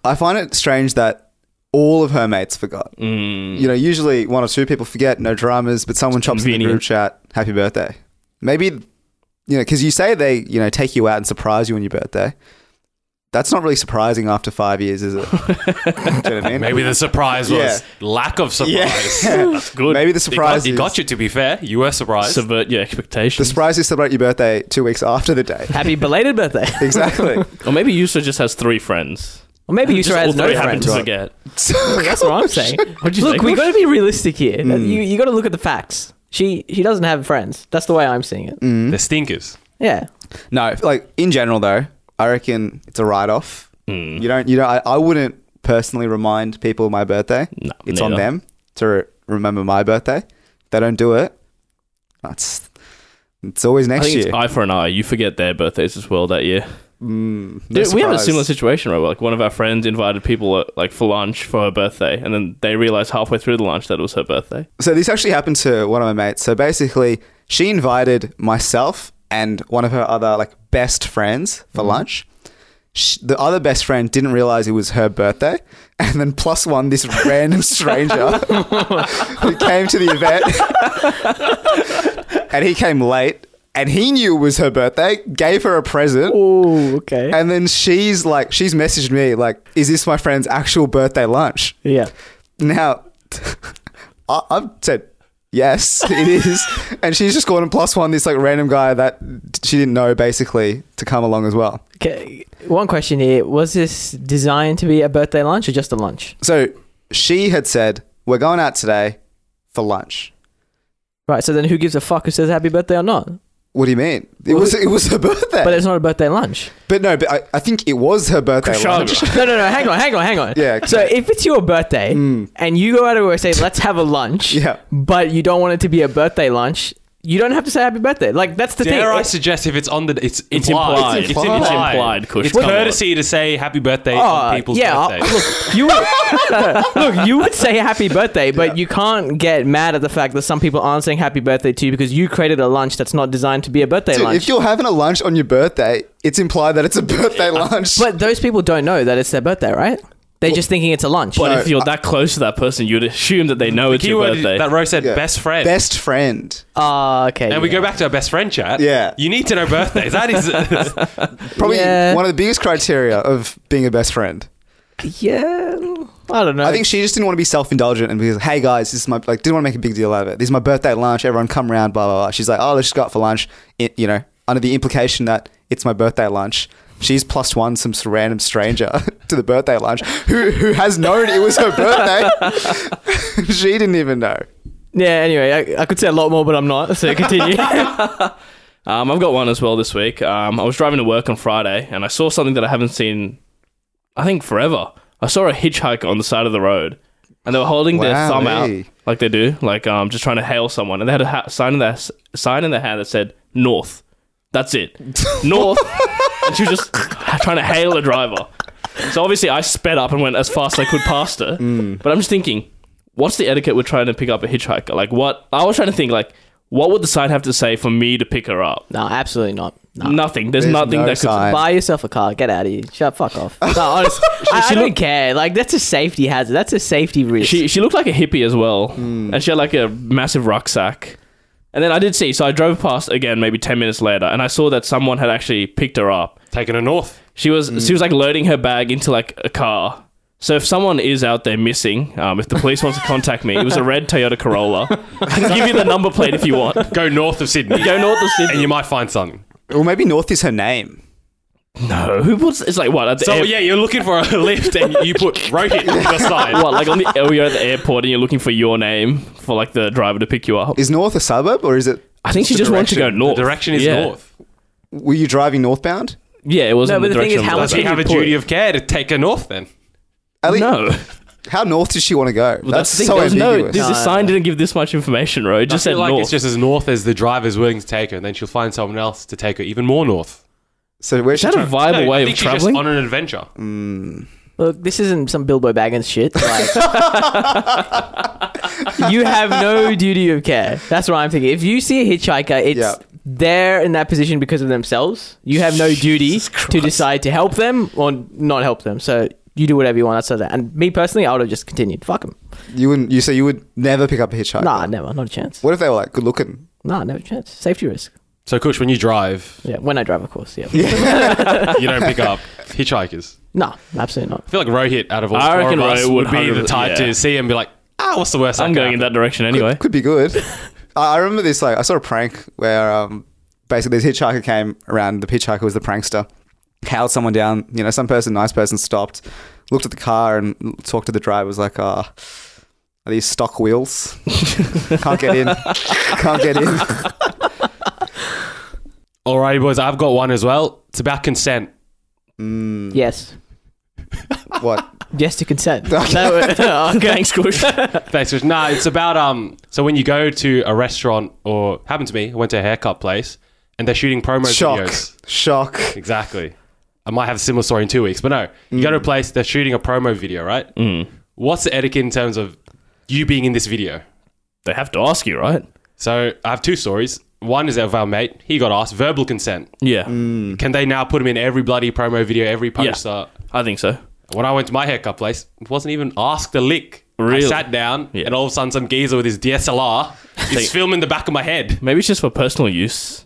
Speaker 3: I find it strange that all of her mates forgot.
Speaker 4: Mm.
Speaker 3: You know, usually one or two people forget, no dramas, but someone chops in the
Speaker 4: convenient.
Speaker 3: group chat, happy birthday. Maybe, you know, because you say they, you know, take you out and surprise you on your birthday. That's not really surprising after five years, is it? Do you know what I mean?
Speaker 1: Maybe the surprise was lack of surprise.
Speaker 3: Yeah.
Speaker 4: Good.
Speaker 3: Maybe the
Speaker 1: It got,
Speaker 3: surprise
Speaker 1: it got
Speaker 3: is
Speaker 1: you, to be fair. You were surprised.
Speaker 4: Subvert your expectations.
Speaker 3: the surprise is celebrate your birthday two weeks after the day.
Speaker 2: Happy belated birthday.
Speaker 3: exactly.
Speaker 4: or maybe Yusra just has three friends.
Speaker 2: Or maybe you
Speaker 4: Just
Speaker 2: sure
Speaker 4: all
Speaker 2: has no
Speaker 4: three happen
Speaker 2: friends.
Speaker 4: to
Speaker 3: Right.
Speaker 4: forget. Hmm.
Speaker 2: That's what I'm saying.
Speaker 4: What'd you
Speaker 2: look,
Speaker 4: think?
Speaker 2: we got to be realistic here. That-
Speaker 4: Hmm.
Speaker 2: You you got to look at the facts. She she doesn't have friends. That's the way I'm seeing it.
Speaker 1: the stinkers.
Speaker 2: Yeah.
Speaker 3: mm. No, like in general though, I reckon it's a write off.
Speaker 1: Mm.
Speaker 3: You don't, you know, I, I wouldn't personally remind people of my birthday.
Speaker 4: No,
Speaker 3: it's on
Speaker 4: neither.
Speaker 3: them to re- remember my birthday. If they don't do it, that's it's always
Speaker 4: I
Speaker 3: next
Speaker 4: think
Speaker 3: year.
Speaker 4: it's eye for an eye. You forget their birthdays as well that year.
Speaker 3: Mm, no
Speaker 4: Dude, we have a
Speaker 3: surprise.
Speaker 4: similar situation, right? where, Like one of our friends invited people uh, like for lunch for her birthday, and then they realized halfway through the lunch that it was her birthday.
Speaker 3: So this actually happened to one of my mates. So basically, she invited myself and one of her other like best friends for
Speaker 4: Mm-hmm.
Speaker 3: lunch. Sh the other best friend didn't realize it was her birthday, and then plus one this random stranger who came to the event, and he came late, and he knew it was her birthday, gave her a present.
Speaker 2: Oh, okay.
Speaker 3: And then she's like, she's messaged me like, "Is this my friend's actual birthday lunch?"
Speaker 2: yeah.
Speaker 3: Now, I, I've said yes, it is, and she's just gone and plus one this like random guy that she didn't know basically to come along as well.
Speaker 2: Okay. One question here: Was this designed to be a birthday lunch or just a lunch?
Speaker 3: So she had said, "We're going out today for lunch."
Speaker 2: Right. So then, who gives a fuck who says happy birthday or not?
Speaker 3: What do you mean? It was it was her birthday,
Speaker 2: But
Speaker 3: but,
Speaker 2: it's not a birthday lunch.
Speaker 3: no, but I, I think it was her birthday. lunch.
Speaker 4: Khashoggi.
Speaker 2: No, no, no. Hang on, hang on, hang on.
Speaker 3: Yeah. Mm.
Speaker 2: So if it's your birthday and you go out of work, say let's have a lunch.
Speaker 3: Yeah.
Speaker 2: But you don't want it to be a birthday lunch. You don't have to say happy birthday. Like that's the thing.
Speaker 1: Dare I
Speaker 2: It-
Speaker 1: suggest if it's on the it's
Speaker 4: It's
Speaker 1: implied.
Speaker 4: implied.
Speaker 1: It's
Speaker 3: It's
Speaker 1: implied. It's,
Speaker 4: implied, Kush. Come on.
Speaker 1: courtesy to say happy birthday on people's
Speaker 2: Ah, Oh, yeah,
Speaker 1: birthdays.
Speaker 2: Look, you would, look, you would say happy birthday, but you can't get mad at the fact that some people aren't saying happy birthday to you because you created a lunch that's not designed to be a birthday
Speaker 3: Dude, if
Speaker 2: lunch.
Speaker 3: you're having a lunch on your birthday, it's implied that it's a birthday lunch.
Speaker 2: But those people don't know that it's their birthday, right? They're just thinking it's a lunch.
Speaker 4: But
Speaker 3: No,
Speaker 4: if you're that close to that person, you'd assume that they know it's your
Speaker 1: Keyword
Speaker 4: birthday.
Speaker 1: that Ro said
Speaker 3: Yeah.
Speaker 1: best friend.
Speaker 3: best friend,
Speaker 2: Ah, okay.
Speaker 1: and we go back to our best friend chat.
Speaker 3: Yeah.
Speaker 1: You need to know birthdays. That is
Speaker 3: probably
Speaker 2: Yeah.
Speaker 3: one of the biggest criteria of being a best friend.
Speaker 2: Yeah, I don't know.
Speaker 3: I think she just didn't want to be self indulgent and be like, hey guys, this is my like didn't want to make a big deal out of it. This is my birthday lunch, everyone come round, blah blah blah. She's like, Oh, let's just go out for lunch. It, you know, under the implication that it's my birthday lunch. She's plus one some s- random stranger to the birthday lunch who who has known it was her birthday. she didn't even know.
Speaker 2: Yeah. Anyway, I, I could say a lot more, but I'm not. So continue.
Speaker 4: Um, I've got one as well this week. Um, I was driving to work on Friday and I saw something that I haven't seen, I think, forever. I saw a hitchhiker on the side of the road and they were holding their
Speaker 3: Wow,
Speaker 4: thumb
Speaker 3: hey.
Speaker 4: out like they do, like um, just trying to hail someone. And they had a ha- sign, in their, sign in their hand that said, North. That's it. North. and she was just trying to hail a driver. So obviously I sped up and went as fast as I could past her.
Speaker 3: Mm.
Speaker 4: But I'm just thinking, what's the etiquette with trying to pick up a hitchhiker? Like, what? I was trying to think, like, what would the sign have to say for me to pick her up?
Speaker 2: no, absolutely not. No.
Speaker 4: Nothing. There's,
Speaker 3: There's
Speaker 4: nothing
Speaker 3: no
Speaker 4: that could.
Speaker 3: sign.
Speaker 2: Buy yourself a car. Get out of here. Shut fuck off. No, honestly, I, I don't care. Like that's a safety hazard. That's a safety risk.
Speaker 4: She she looked like a hippie as well, and she had like a massive rucksack. And then I did see. So I drove past again, maybe ten minutes later, and I saw that someone had actually picked her up.
Speaker 1: taking a north.
Speaker 4: She was she was like loading her bag into like a car. So if someone is out there missing, um, if the police wants to contact me, it was a red Toyota Corolla. I can give you the number plate if you want.
Speaker 1: Go north of Sydney.
Speaker 4: Go north of
Speaker 1: and
Speaker 4: Sydney.
Speaker 1: you might find something.
Speaker 3: Or maybe North is her name.
Speaker 4: No, who puts? It's like what? At the
Speaker 1: So
Speaker 4: air-
Speaker 1: yeah, you're looking for a lift and you put Rohit on the side.
Speaker 4: What like on the oh, you're at the airport and you're looking for your name for like the driver to pick you up.
Speaker 3: Is North a suburb or is it
Speaker 4: I think she
Speaker 3: the
Speaker 4: just wanted to go
Speaker 3: direction?
Speaker 4: north.
Speaker 1: The direction is
Speaker 4: Yeah.
Speaker 1: north.
Speaker 3: were you driving northbound?
Speaker 4: Yeah, it wasn't.
Speaker 2: No, but the thing
Speaker 4: direction
Speaker 2: is,
Speaker 4: of
Speaker 2: how
Speaker 4: the-
Speaker 2: much
Speaker 1: So
Speaker 2: That's
Speaker 1: you
Speaker 2: a
Speaker 1: have a
Speaker 2: good point.
Speaker 1: duty of care to take a north then.
Speaker 3: Ali,
Speaker 4: No,
Speaker 3: How north does she want to go?
Speaker 4: that's
Speaker 3: That's
Speaker 4: the thing.
Speaker 3: so
Speaker 4: there was no,
Speaker 3: ambiguous.
Speaker 4: this, this sign didn't give this much information, right? It
Speaker 1: I
Speaker 4: just said
Speaker 1: feel like
Speaker 4: north.
Speaker 1: it's just as north as the driver's willing to take her, and then she'll find someone else to take her even more north.
Speaker 3: So where's
Speaker 4: is
Speaker 3: she
Speaker 4: that a
Speaker 3: trying?
Speaker 1: No,
Speaker 4: viable
Speaker 1: I
Speaker 4: way of
Speaker 1: think she's just
Speaker 4: traveling?
Speaker 1: on an adventure.
Speaker 2: Look, this isn't some Bilbo Baggins shit. Like, you have no duty of care. That's what I'm thinking. If you see a hitchhiker, it's
Speaker 3: Yeah.
Speaker 2: they're in that position because of themselves. You have no duty to decide to help them or not help them. So you do whatever you want. That's that. And me personally, I would have just continued. Fuck them.
Speaker 3: You wouldn't. You say you would never pick up a hitchhiker.
Speaker 2: Nah, never. Not a chance.
Speaker 3: What if they were like good looking?
Speaker 2: Nah, no chance. Safety risk.
Speaker 1: So, Kush, when you drive,
Speaker 2: Yeah, when I drive, of course. Yeah.
Speaker 1: you don't pick up hitchhikers.
Speaker 2: No, absolutely not.
Speaker 1: I feel like Rohit, out of all
Speaker 4: I
Speaker 1: four of
Speaker 4: reckon
Speaker 1: us, would
Speaker 4: Rohit would
Speaker 1: be the
Speaker 4: 100
Speaker 1: type
Speaker 4: yeah.
Speaker 1: to see him and be like, ah, what's the worst?
Speaker 4: I'm
Speaker 1: that
Speaker 4: going in that direction anyway.
Speaker 3: Could be good. I I remember this like I saw a prank where um, basically this hitchhiker came around. The hitchhiker was the prankster, howled someone down. You know, some person, nice person, stopped, looked at the car and l- talked to the driver. Was like, "Ah, are these stock wheels? Can't get in. Can't get in."
Speaker 1: Alrighty, boys, I've got one as well. It's about consent.
Speaker 3: Mm,
Speaker 2: Yes.
Speaker 3: What?
Speaker 2: Yes to consent.
Speaker 3: Okay.
Speaker 2: That would- okay.
Speaker 4: Thanks, Kush.
Speaker 1: Thanks, Kush. Nah, it's about um. So when you go to a restaurant, or happened to me, I went to a haircut place, and they're shooting promo
Speaker 3: Shock.
Speaker 1: videos.
Speaker 3: Shock.
Speaker 1: Exactly. I might have a similar story in two weeks, but no. You go to a place, they're shooting a promo video, right?
Speaker 4: Mm.
Speaker 1: What's the etiquette in terms of you being in this video?
Speaker 4: They have to ask you, right?
Speaker 1: So I have two stories. One is of our mate. He got asked verbal consent.
Speaker 4: Yeah,
Speaker 1: Can they now put him in every bloody promo video, every
Speaker 4: Hmm. Yeah.
Speaker 1: poster?
Speaker 4: I think so.
Speaker 1: When I went to my haircut place, it wasn't even asked a lick.
Speaker 4: Really?
Speaker 1: I sat down,
Speaker 4: Yeah.
Speaker 1: and all of a sudden, some geezer with his DSLR is filming the back of my head.
Speaker 4: Maybe it's just for personal use.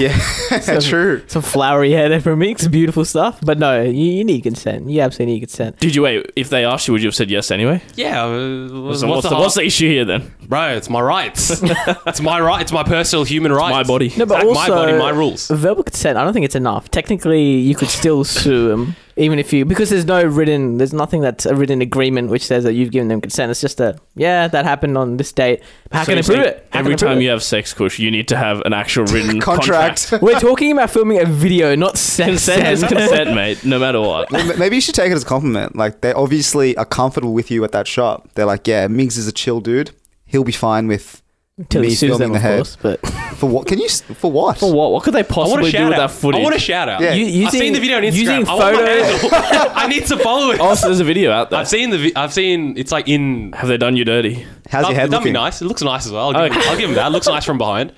Speaker 3: Yeah, true.
Speaker 2: Some flowery hair there from me. It's beautiful stuff. But no, you, you need consent. You absolutely need consent.
Speaker 4: Did you wait? If they asked you, would you have said yes anyway?
Speaker 1: Yeah, uh,
Speaker 4: So what's, the,
Speaker 1: har-
Speaker 4: what's the issue here then?
Speaker 1: bro? It's my rights. it's my right. It's my personal human rights.
Speaker 4: My body.
Speaker 2: No, but
Speaker 1: Exact-
Speaker 2: also
Speaker 1: my body, my rules.
Speaker 2: Verbal consent. I don't think it's enough. Technically, you could still sue them, even if you because there's no written. There's nothing that's a written agreement which says that you've given them consent. It's just a yeah, that happened on this date. How
Speaker 4: So
Speaker 2: can I
Speaker 4: you're
Speaker 2: prove
Speaker 4: saying
Speaker 2: it? How can
Speaker 4: Every
Speaker 2: I prove
Speaker 4: time
Speaker 2: it?
Speaker 4: you have sex, Kush, you need to have an actual written contract.
Speaker 3: Contract.
Speaker 2: We're talking about filming a video, not sex.
Speaker 4: Consent is consent, mate. No matter what.
Speaker 3: M- Maybe you should take it as a compliment. Like they obviously are comfortable with you at that shop. They're like, "Yeah, Miggs is a chill dude. He'll be fine with
Speaker 2: Till
Speaker 3: me
Speaker 2: he sues them,
Speaker 3: filming the
Speaker 2: of
Speaker 3: head."
Speaker 2: course. But
Speaker 3: For what? Can you? s- For what?
Speaker 4: For what? What could they
Speaker 1: I want
Speaker 4: possibly
Speaker 1: a
Speaker 4: do
Speaker 1: shout
Speaker 4: with that
Speaker 1: out. I
Speaker 4: footage?
Speaker 1: want a shout out.
Speaker 3: Yeah.
Speaker 2: you, using,
Speaker 1: I've seen the video on Instagram.
Speaker 2: Using
Speaker 1: I want my
Speaker 2: photo,
Speaker 1: handle. I need to follow it.
Speaker 4: oh, so there's a video out there.
Speaker 1: I've seen the. Vi- I've seen. It's like in.
Speaker 4: have they done you dirty?
Speaker 3: How's your
Speaker 1: That-
Speaker 3: head
Speaker 1: Oh, that'd be
Speaker 3: looking? Oh,
Speaker 1: nice. It looks nice as well. I'll give, him, I'll give him that. It looks nice from behind.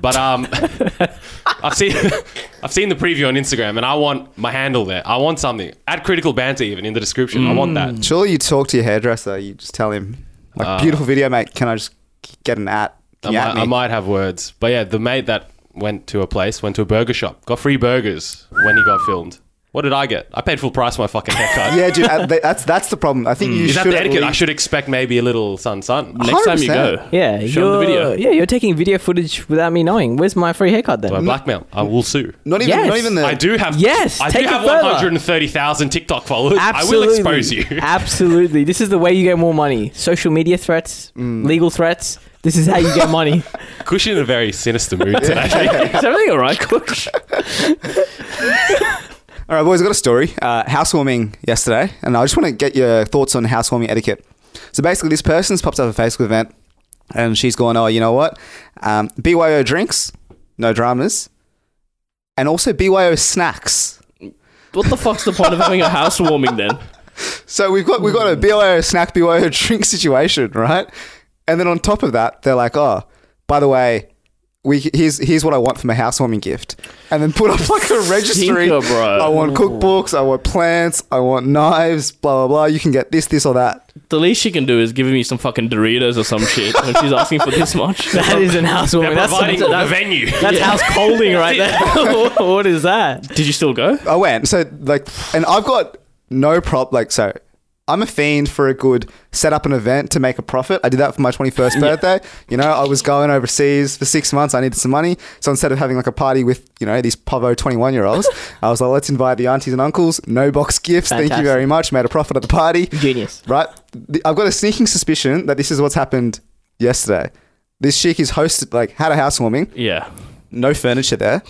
Speaker 1: But um, I've seen I've seen the preview on Instagram, and I want my handle there. I want something. Add critical banter even in the description. I want that.
Speaker 3: Surely you talk to your hairdresser. You just tell him, like, "Beautiful video, mate. Can I just get an at?"
Speaker 1: I
Speaker 3: Can you at
Speaker 1: might,
Speaker 3: me?
Speaker 1: Uh. I might have words, but yeah, the mate that went to a place went to a burger shop, got free burgers when he got filmed. What did I get? I paid full price for my fucking haircut.
Speaker 3: yeah, dude. uh, th- That's that's the problem. I think you
Speaker 1: Hmm. Is that
Speaker 3: should.
Speaker 1: the
Speaker 3: at
Speaker 1: etiquette? I
Speaker 3: least-
Speaker 1: should expect maybe a little sun sun.
Speaker 4: Next time you go,
Speaker 3: 100%.
Speaker 2: yeah,
Speaker 4: show them the
Speaker 2: you're-
Speaker 4: video.
Speaker 2: Yeah, you're taking video footage without me knowing. Where's my free haircut then?
Speaker 1: By blackmail, I will sue.
Speaker 3: Not even.
Speaker 2: Yes.
Speaker 3: Not even the.
Speaker 1: I do have
Speaker 2: Yes,
Speaker 1: I
Speaker 2: take
Speaker 1: do
Speaker 2: it
Speaker 1: have
Speaker 2: further.
Speaker 1: 130,000 TikTok followers. I will expose you.
Speaker 2: absolutely. This is the way you get more money. Social media threats,
Speaker 3: Mm.
Speaker 2: legal threats. This is how you get money.
Speaker 1: Kush in a very sinister mood today.
Speaker 4: is everything all right, Kush?
Speaker 3: All right, boys. I got a story. Uh, housewarming yesterday, and I just want to get your thoughts on housewarming etiquette. So basically, this person's popped up a Facebook event, and she's going, "Oh, you know what? Um, BYO drinks, no dramas, and also BYO snacks."
Speaker 4: What the fuck's the point of having a housewarming then?
Speaker 3: So we've got we've got a BYO snack, BYO drink situation, right? And then on top of that, they're like, oh, by the way, we here's here's what I want for my housewarming gift, and then put up like a registry.
Speaker 4: Tinker, bro.
Speaker 3: I want cookbooks, I want plants, I want knives, blah blah blah. You can get this, this or that.
Speaker 4: The least she can do is give me some fucking Doritos or some shit when she's asking for this much.
Speaker 2: That is an housewarming.
Speaker 1: They're
Speaker 2: That's
Speaker 1: providing
Speaker 2: some-
Speaker 1: the venue.
Speaker 2: that's house colding right there. what is that?
Speaker 4: Did you still go?
Speaker 3: I went so like, and I've got no prop like so. I'm a fiend for a good set up an event to make a profit. I did that for my 21st birthday. You know, I was going overseas for six months. I needed some money. So instead of having like a party with, you know, these Pavo 21 year olds, I was like, let's invite the aunties and uncles. No box gifts. Thank
Speaker 2: Fantastic.
Speaker 3: you very much. Made a profit at the party.
Speaker 2: Genius.
Speaker 3: Right? The- I've got a sneaking suspicion that this is what's happened yesterday. This chick is hosted, like, had a housewarming
Speaker 4: Yeah.
Speaker 3: no furniture there.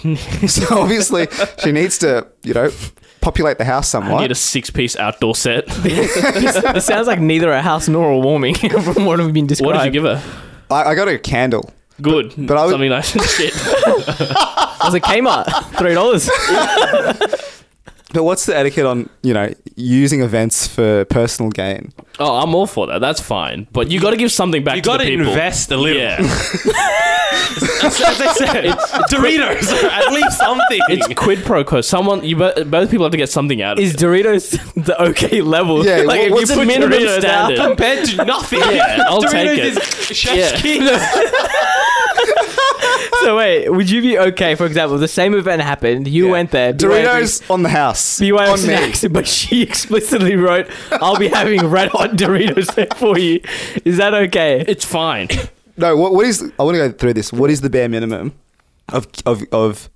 Speaker 3: so obviously she needs to, you know, populate the house
Speaker 4: I need
Speaker 3: somewhat.
Speaker 4: a six piece outdoor set.
Speaker 2: It sounds like neither a house nor a warming from what we've been
Speaker 4: What
Speaker 2: describing.
Speaker 4: did you give her?
Speaker 3: I I got a candle.
Speaker 4: Good.
Speaker 3: but I would-
Speaker 4: Something nice and shit.
Speaker 2: It was a Kmart, three dollars.
Speaker 3: But what's the etiquette on, you know, using events for personal gain?
Speaker 4: Oh, I'm all for that. That's fine. But you got to give something back
Speaker 1: You
Speaker 4: to
Speaker 1: got
Speaker 4: the
Speaker 1: to
Speaker 4: people.
Speaker 1: invest a little.
Speaker 4: Yeah.
Speaker 1: As, as I said, Doritos, at least something.
Speaker 4: it's quid pro quo. Someone, you bo- both people have to get something out of
Speaker 2: Is
Speaker 4: it.
Speaker 2: Doritos the okay level?
Speaker 3: Yeah,
Speaker 2: like
Speaker 3: what- what's
Speaker 2: if you
Speaker 3: the
Speaker 2: put minimum
Speaker 4: Doritos
Speaker 2: standard.
Speaker 4: standard?
Speaker 1: compared to nothing.
Speaker 4: Yeah, I'll
Speaker 1: Doritos
Speaker 4: take it.
Speaker 1: is Chef's
Speaker 4: Yeah.
Speaker 1: Kiss.
Speaker 2: so wait, would you be okay? For example, the same event happened. You
Speaker 3: Yeah.
Speaker 2: went there.
Speaker 3: Doritos on the house.
Speaker 2: BYO
Speaker 3: on
Speaker 2: snacks, but she explicitly wrote, "I'll be having red hot Doritos there for you." Is that okay?
Speaker 4: It's fine.
Speaker 3: No, what, what is? I want to go through this. What is the bare minimum of of of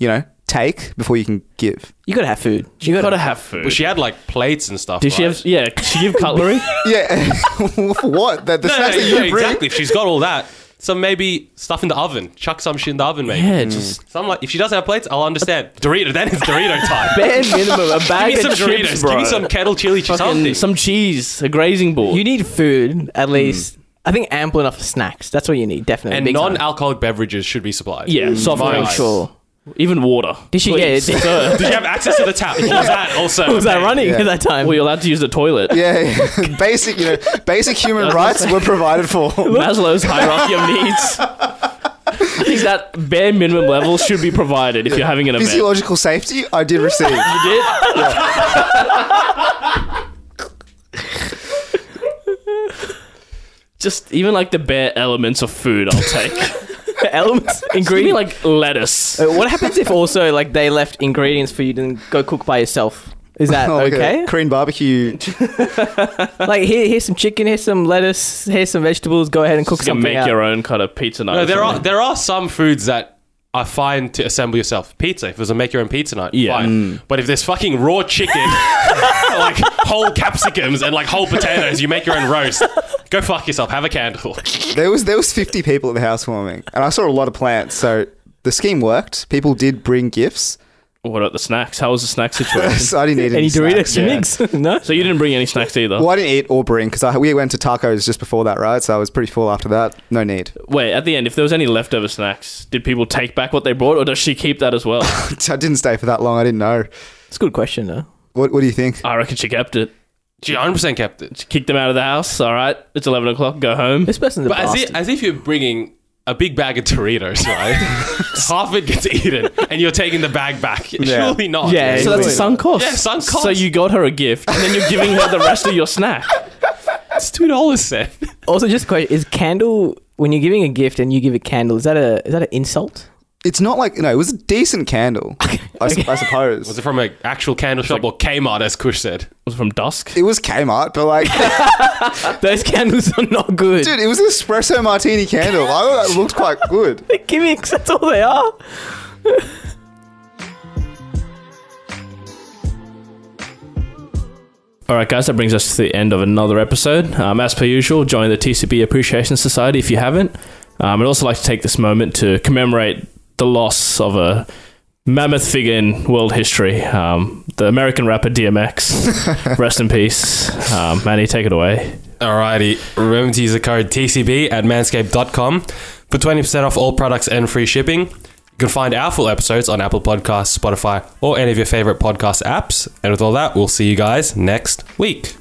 Speaker 3: you know take before you can give?
Speaker 2: You gotta have food.
Speaker 4: You gotta have food.
Speaker 1: Well, she had like plates and stuff.
Speaker 4: Did she
Speaker 1: right?
Speaker 4: have? Yeah, did she give cutlery.
Speaker 3: Yeah, for what? The, the
Speaker 1: No, no,
Speaker 3: snacks that you
Speaker 1: yeah,
Speaker 3: bring.
Speaker 1: exactly. If she's got all that, some maybe stuff in the oven. Chuck some shit in the oven, maybe.
Speaker 4: yeah, just
Speaker 1: So I'm like, if she doesn't have plates, I'll understand. Dorito, then it's Dorito time.
Speaker 2: Bare minimum, a bag
Speaker 1: Give me some
Speaker 2: of
Speaker 1: Doritos.
Speaker 2: chips,
Speaker 1: Give
Speaker 2: bro.
Speaker 1: me some kettle chili cheese.
Speaker 4: fucking
Speaker 1: Something.
Speaker 4: some cheese, a grazing board.
Speaker 2: You need food at least. I think ample enough for snacks. That's what you need, definitely.
Speaker 1: and
Speaker 2: big time.
Speaker 1: non-alcoholic beverages should be supplied.
Speaker 4: yeah, soft
Speaker 1: my
Speaker 4: drinks,
Speaker 1: eyes.
Speaker 2: sure.
Speaker 4: even water.
Speaker 2: Did she
Speaker 4: Please,
Speaker 2: get it?
Speaker 4: sir.
Speaker 1: Did you have access to the tap? What was that also?
Speaker 2: Was that running
Speaker 3: Yeah.
Speaker 2: at that time?
Speaker 4: Were you allowed to use the toilet?
Speaker 3: Yeah, yeah. basic you know basic human rights were provided for.
Speaker 4: Maslow's hierarchy of needs. I think that bare minimum level should be provided if you're having an event.
Speaker 3: Physiological safety, I did receive.
Speaker 4: You did? Just even like the bare elements of food, I'll take.
Speaker 2: the elements,
Speaker 4: Give me
Speaker 2: ingredients.
Speaker 4: like lettuce.
Speaker 2: Uh, what happens if also like they left ingredients for you to go cook by yourself? Is that
Speaker 3: Oh, like a
Speaker 2: okay?
Speaker 3: Korean barbecue.
Speaker 2: Like here, here's some chicken, here's some lettuce, here's some vegetables. Go ahead and cook
Speaker 4: You can
Speaker 2: something
Speaker 4: make
Speaker 2: out.
Speaker 4: your own kind of pizza night.
Speaker 1: No,
Speaker 4: or
Speaker 1: there are
Speaker 4: something.
Speaker 1: there are some foods that are fine to assemble yourself. Pizza, if it was a make your own pizza night,
Speaker 4: Yeah. Mm.
Speaker 1: fine. But if there's fucking raw chicken, like whole capsicums and like whole potatoes, you make your own roast. Go fuck yourself. Have a candle.
Speaker 3: There was there was fifty people at the housewarming, and I saw a lot of plants. So the scheme worked. People did bring gifts,
Speaker 4: What about the snacks? How was the snack situation?
Speaker 3: so I didn't eat any,
Speaker 2: Any Doritos
Speaker 3: snacks, yeah.
Speaker 2: mix? no.
Speaker 4: so you didn't bring any snacks either.
Speaker 3: Well, I didn't eat or bring because we went to tacos just before that, right? So I was pretty full after that. No need.
Speaker 4: Wait, at the end, if there was any leftover snacks, did people take back what they brought, or does she keep that as well?
Speaker 3: I didn't stay for that long. I didn't know.
Speaker 2: It's a good question though.
Speaker 3: What What do you think?
Speaker 4: I reckon she kept it.
Speaker 1: She 100% kept it.
Speaker 4: She kicked them out of the house. All right, it's eleven o'clock. Go home.
Speaker 2: This person's a
Speaker 1: But as
Speaker 2: bastard.
Speaker 1: if, as if you're bringing a big bag of Doritos, right? Half it gets eaten and you're taking the bag back. Surely not.
Speaker 2: Yeah,
Speaker 4: So that's a
Speaker 2: Wait.
Speaker 4: sunk cost.
Speaker 1: Yeah, sunk cost.
Speaker 4: So you got her a gift, and then you're giving her the rest of your snack.
Speaker 1: It's $2, Seth.
Speaker 2: Also, just a question: Is candle when you're giving a gift and you give a candle? Is that a is that an insult?
Speaker 3: It's not like no. It was a decent candle, I, su- I suppose.
Speaker 1: Was it from an actual candle shop or Kmart, as Kush said?
Speaker 4: Was it from dusk?
Speaker 3: It was Kmart, but like,
Speaker 2: Those candles are not good.
Speaker 3: dude, it was an espresso martini candle. I thought that looked quite good.
Speaker 2: They're gimmicks. That's all they are.
Speaker 4: All right, guys, that brings us to the end of another episode. Um, as per usual, join the TCB Appreciation Society if you haven't. Um, I'd also like to take this moment to commemorate the loss of a mammoth figure in world history, um, the American rapper DMX. Rest in peace. Um, Manny, take it away.
Speaker 1: Alrighty, remember to use the code TCB at manscaped.com for 20% off all products and free shipping. You can find our full episodes on Apple Podcasts, Spotify, or any of your favorite podcast apps. And with all that, we'll see you guys next week.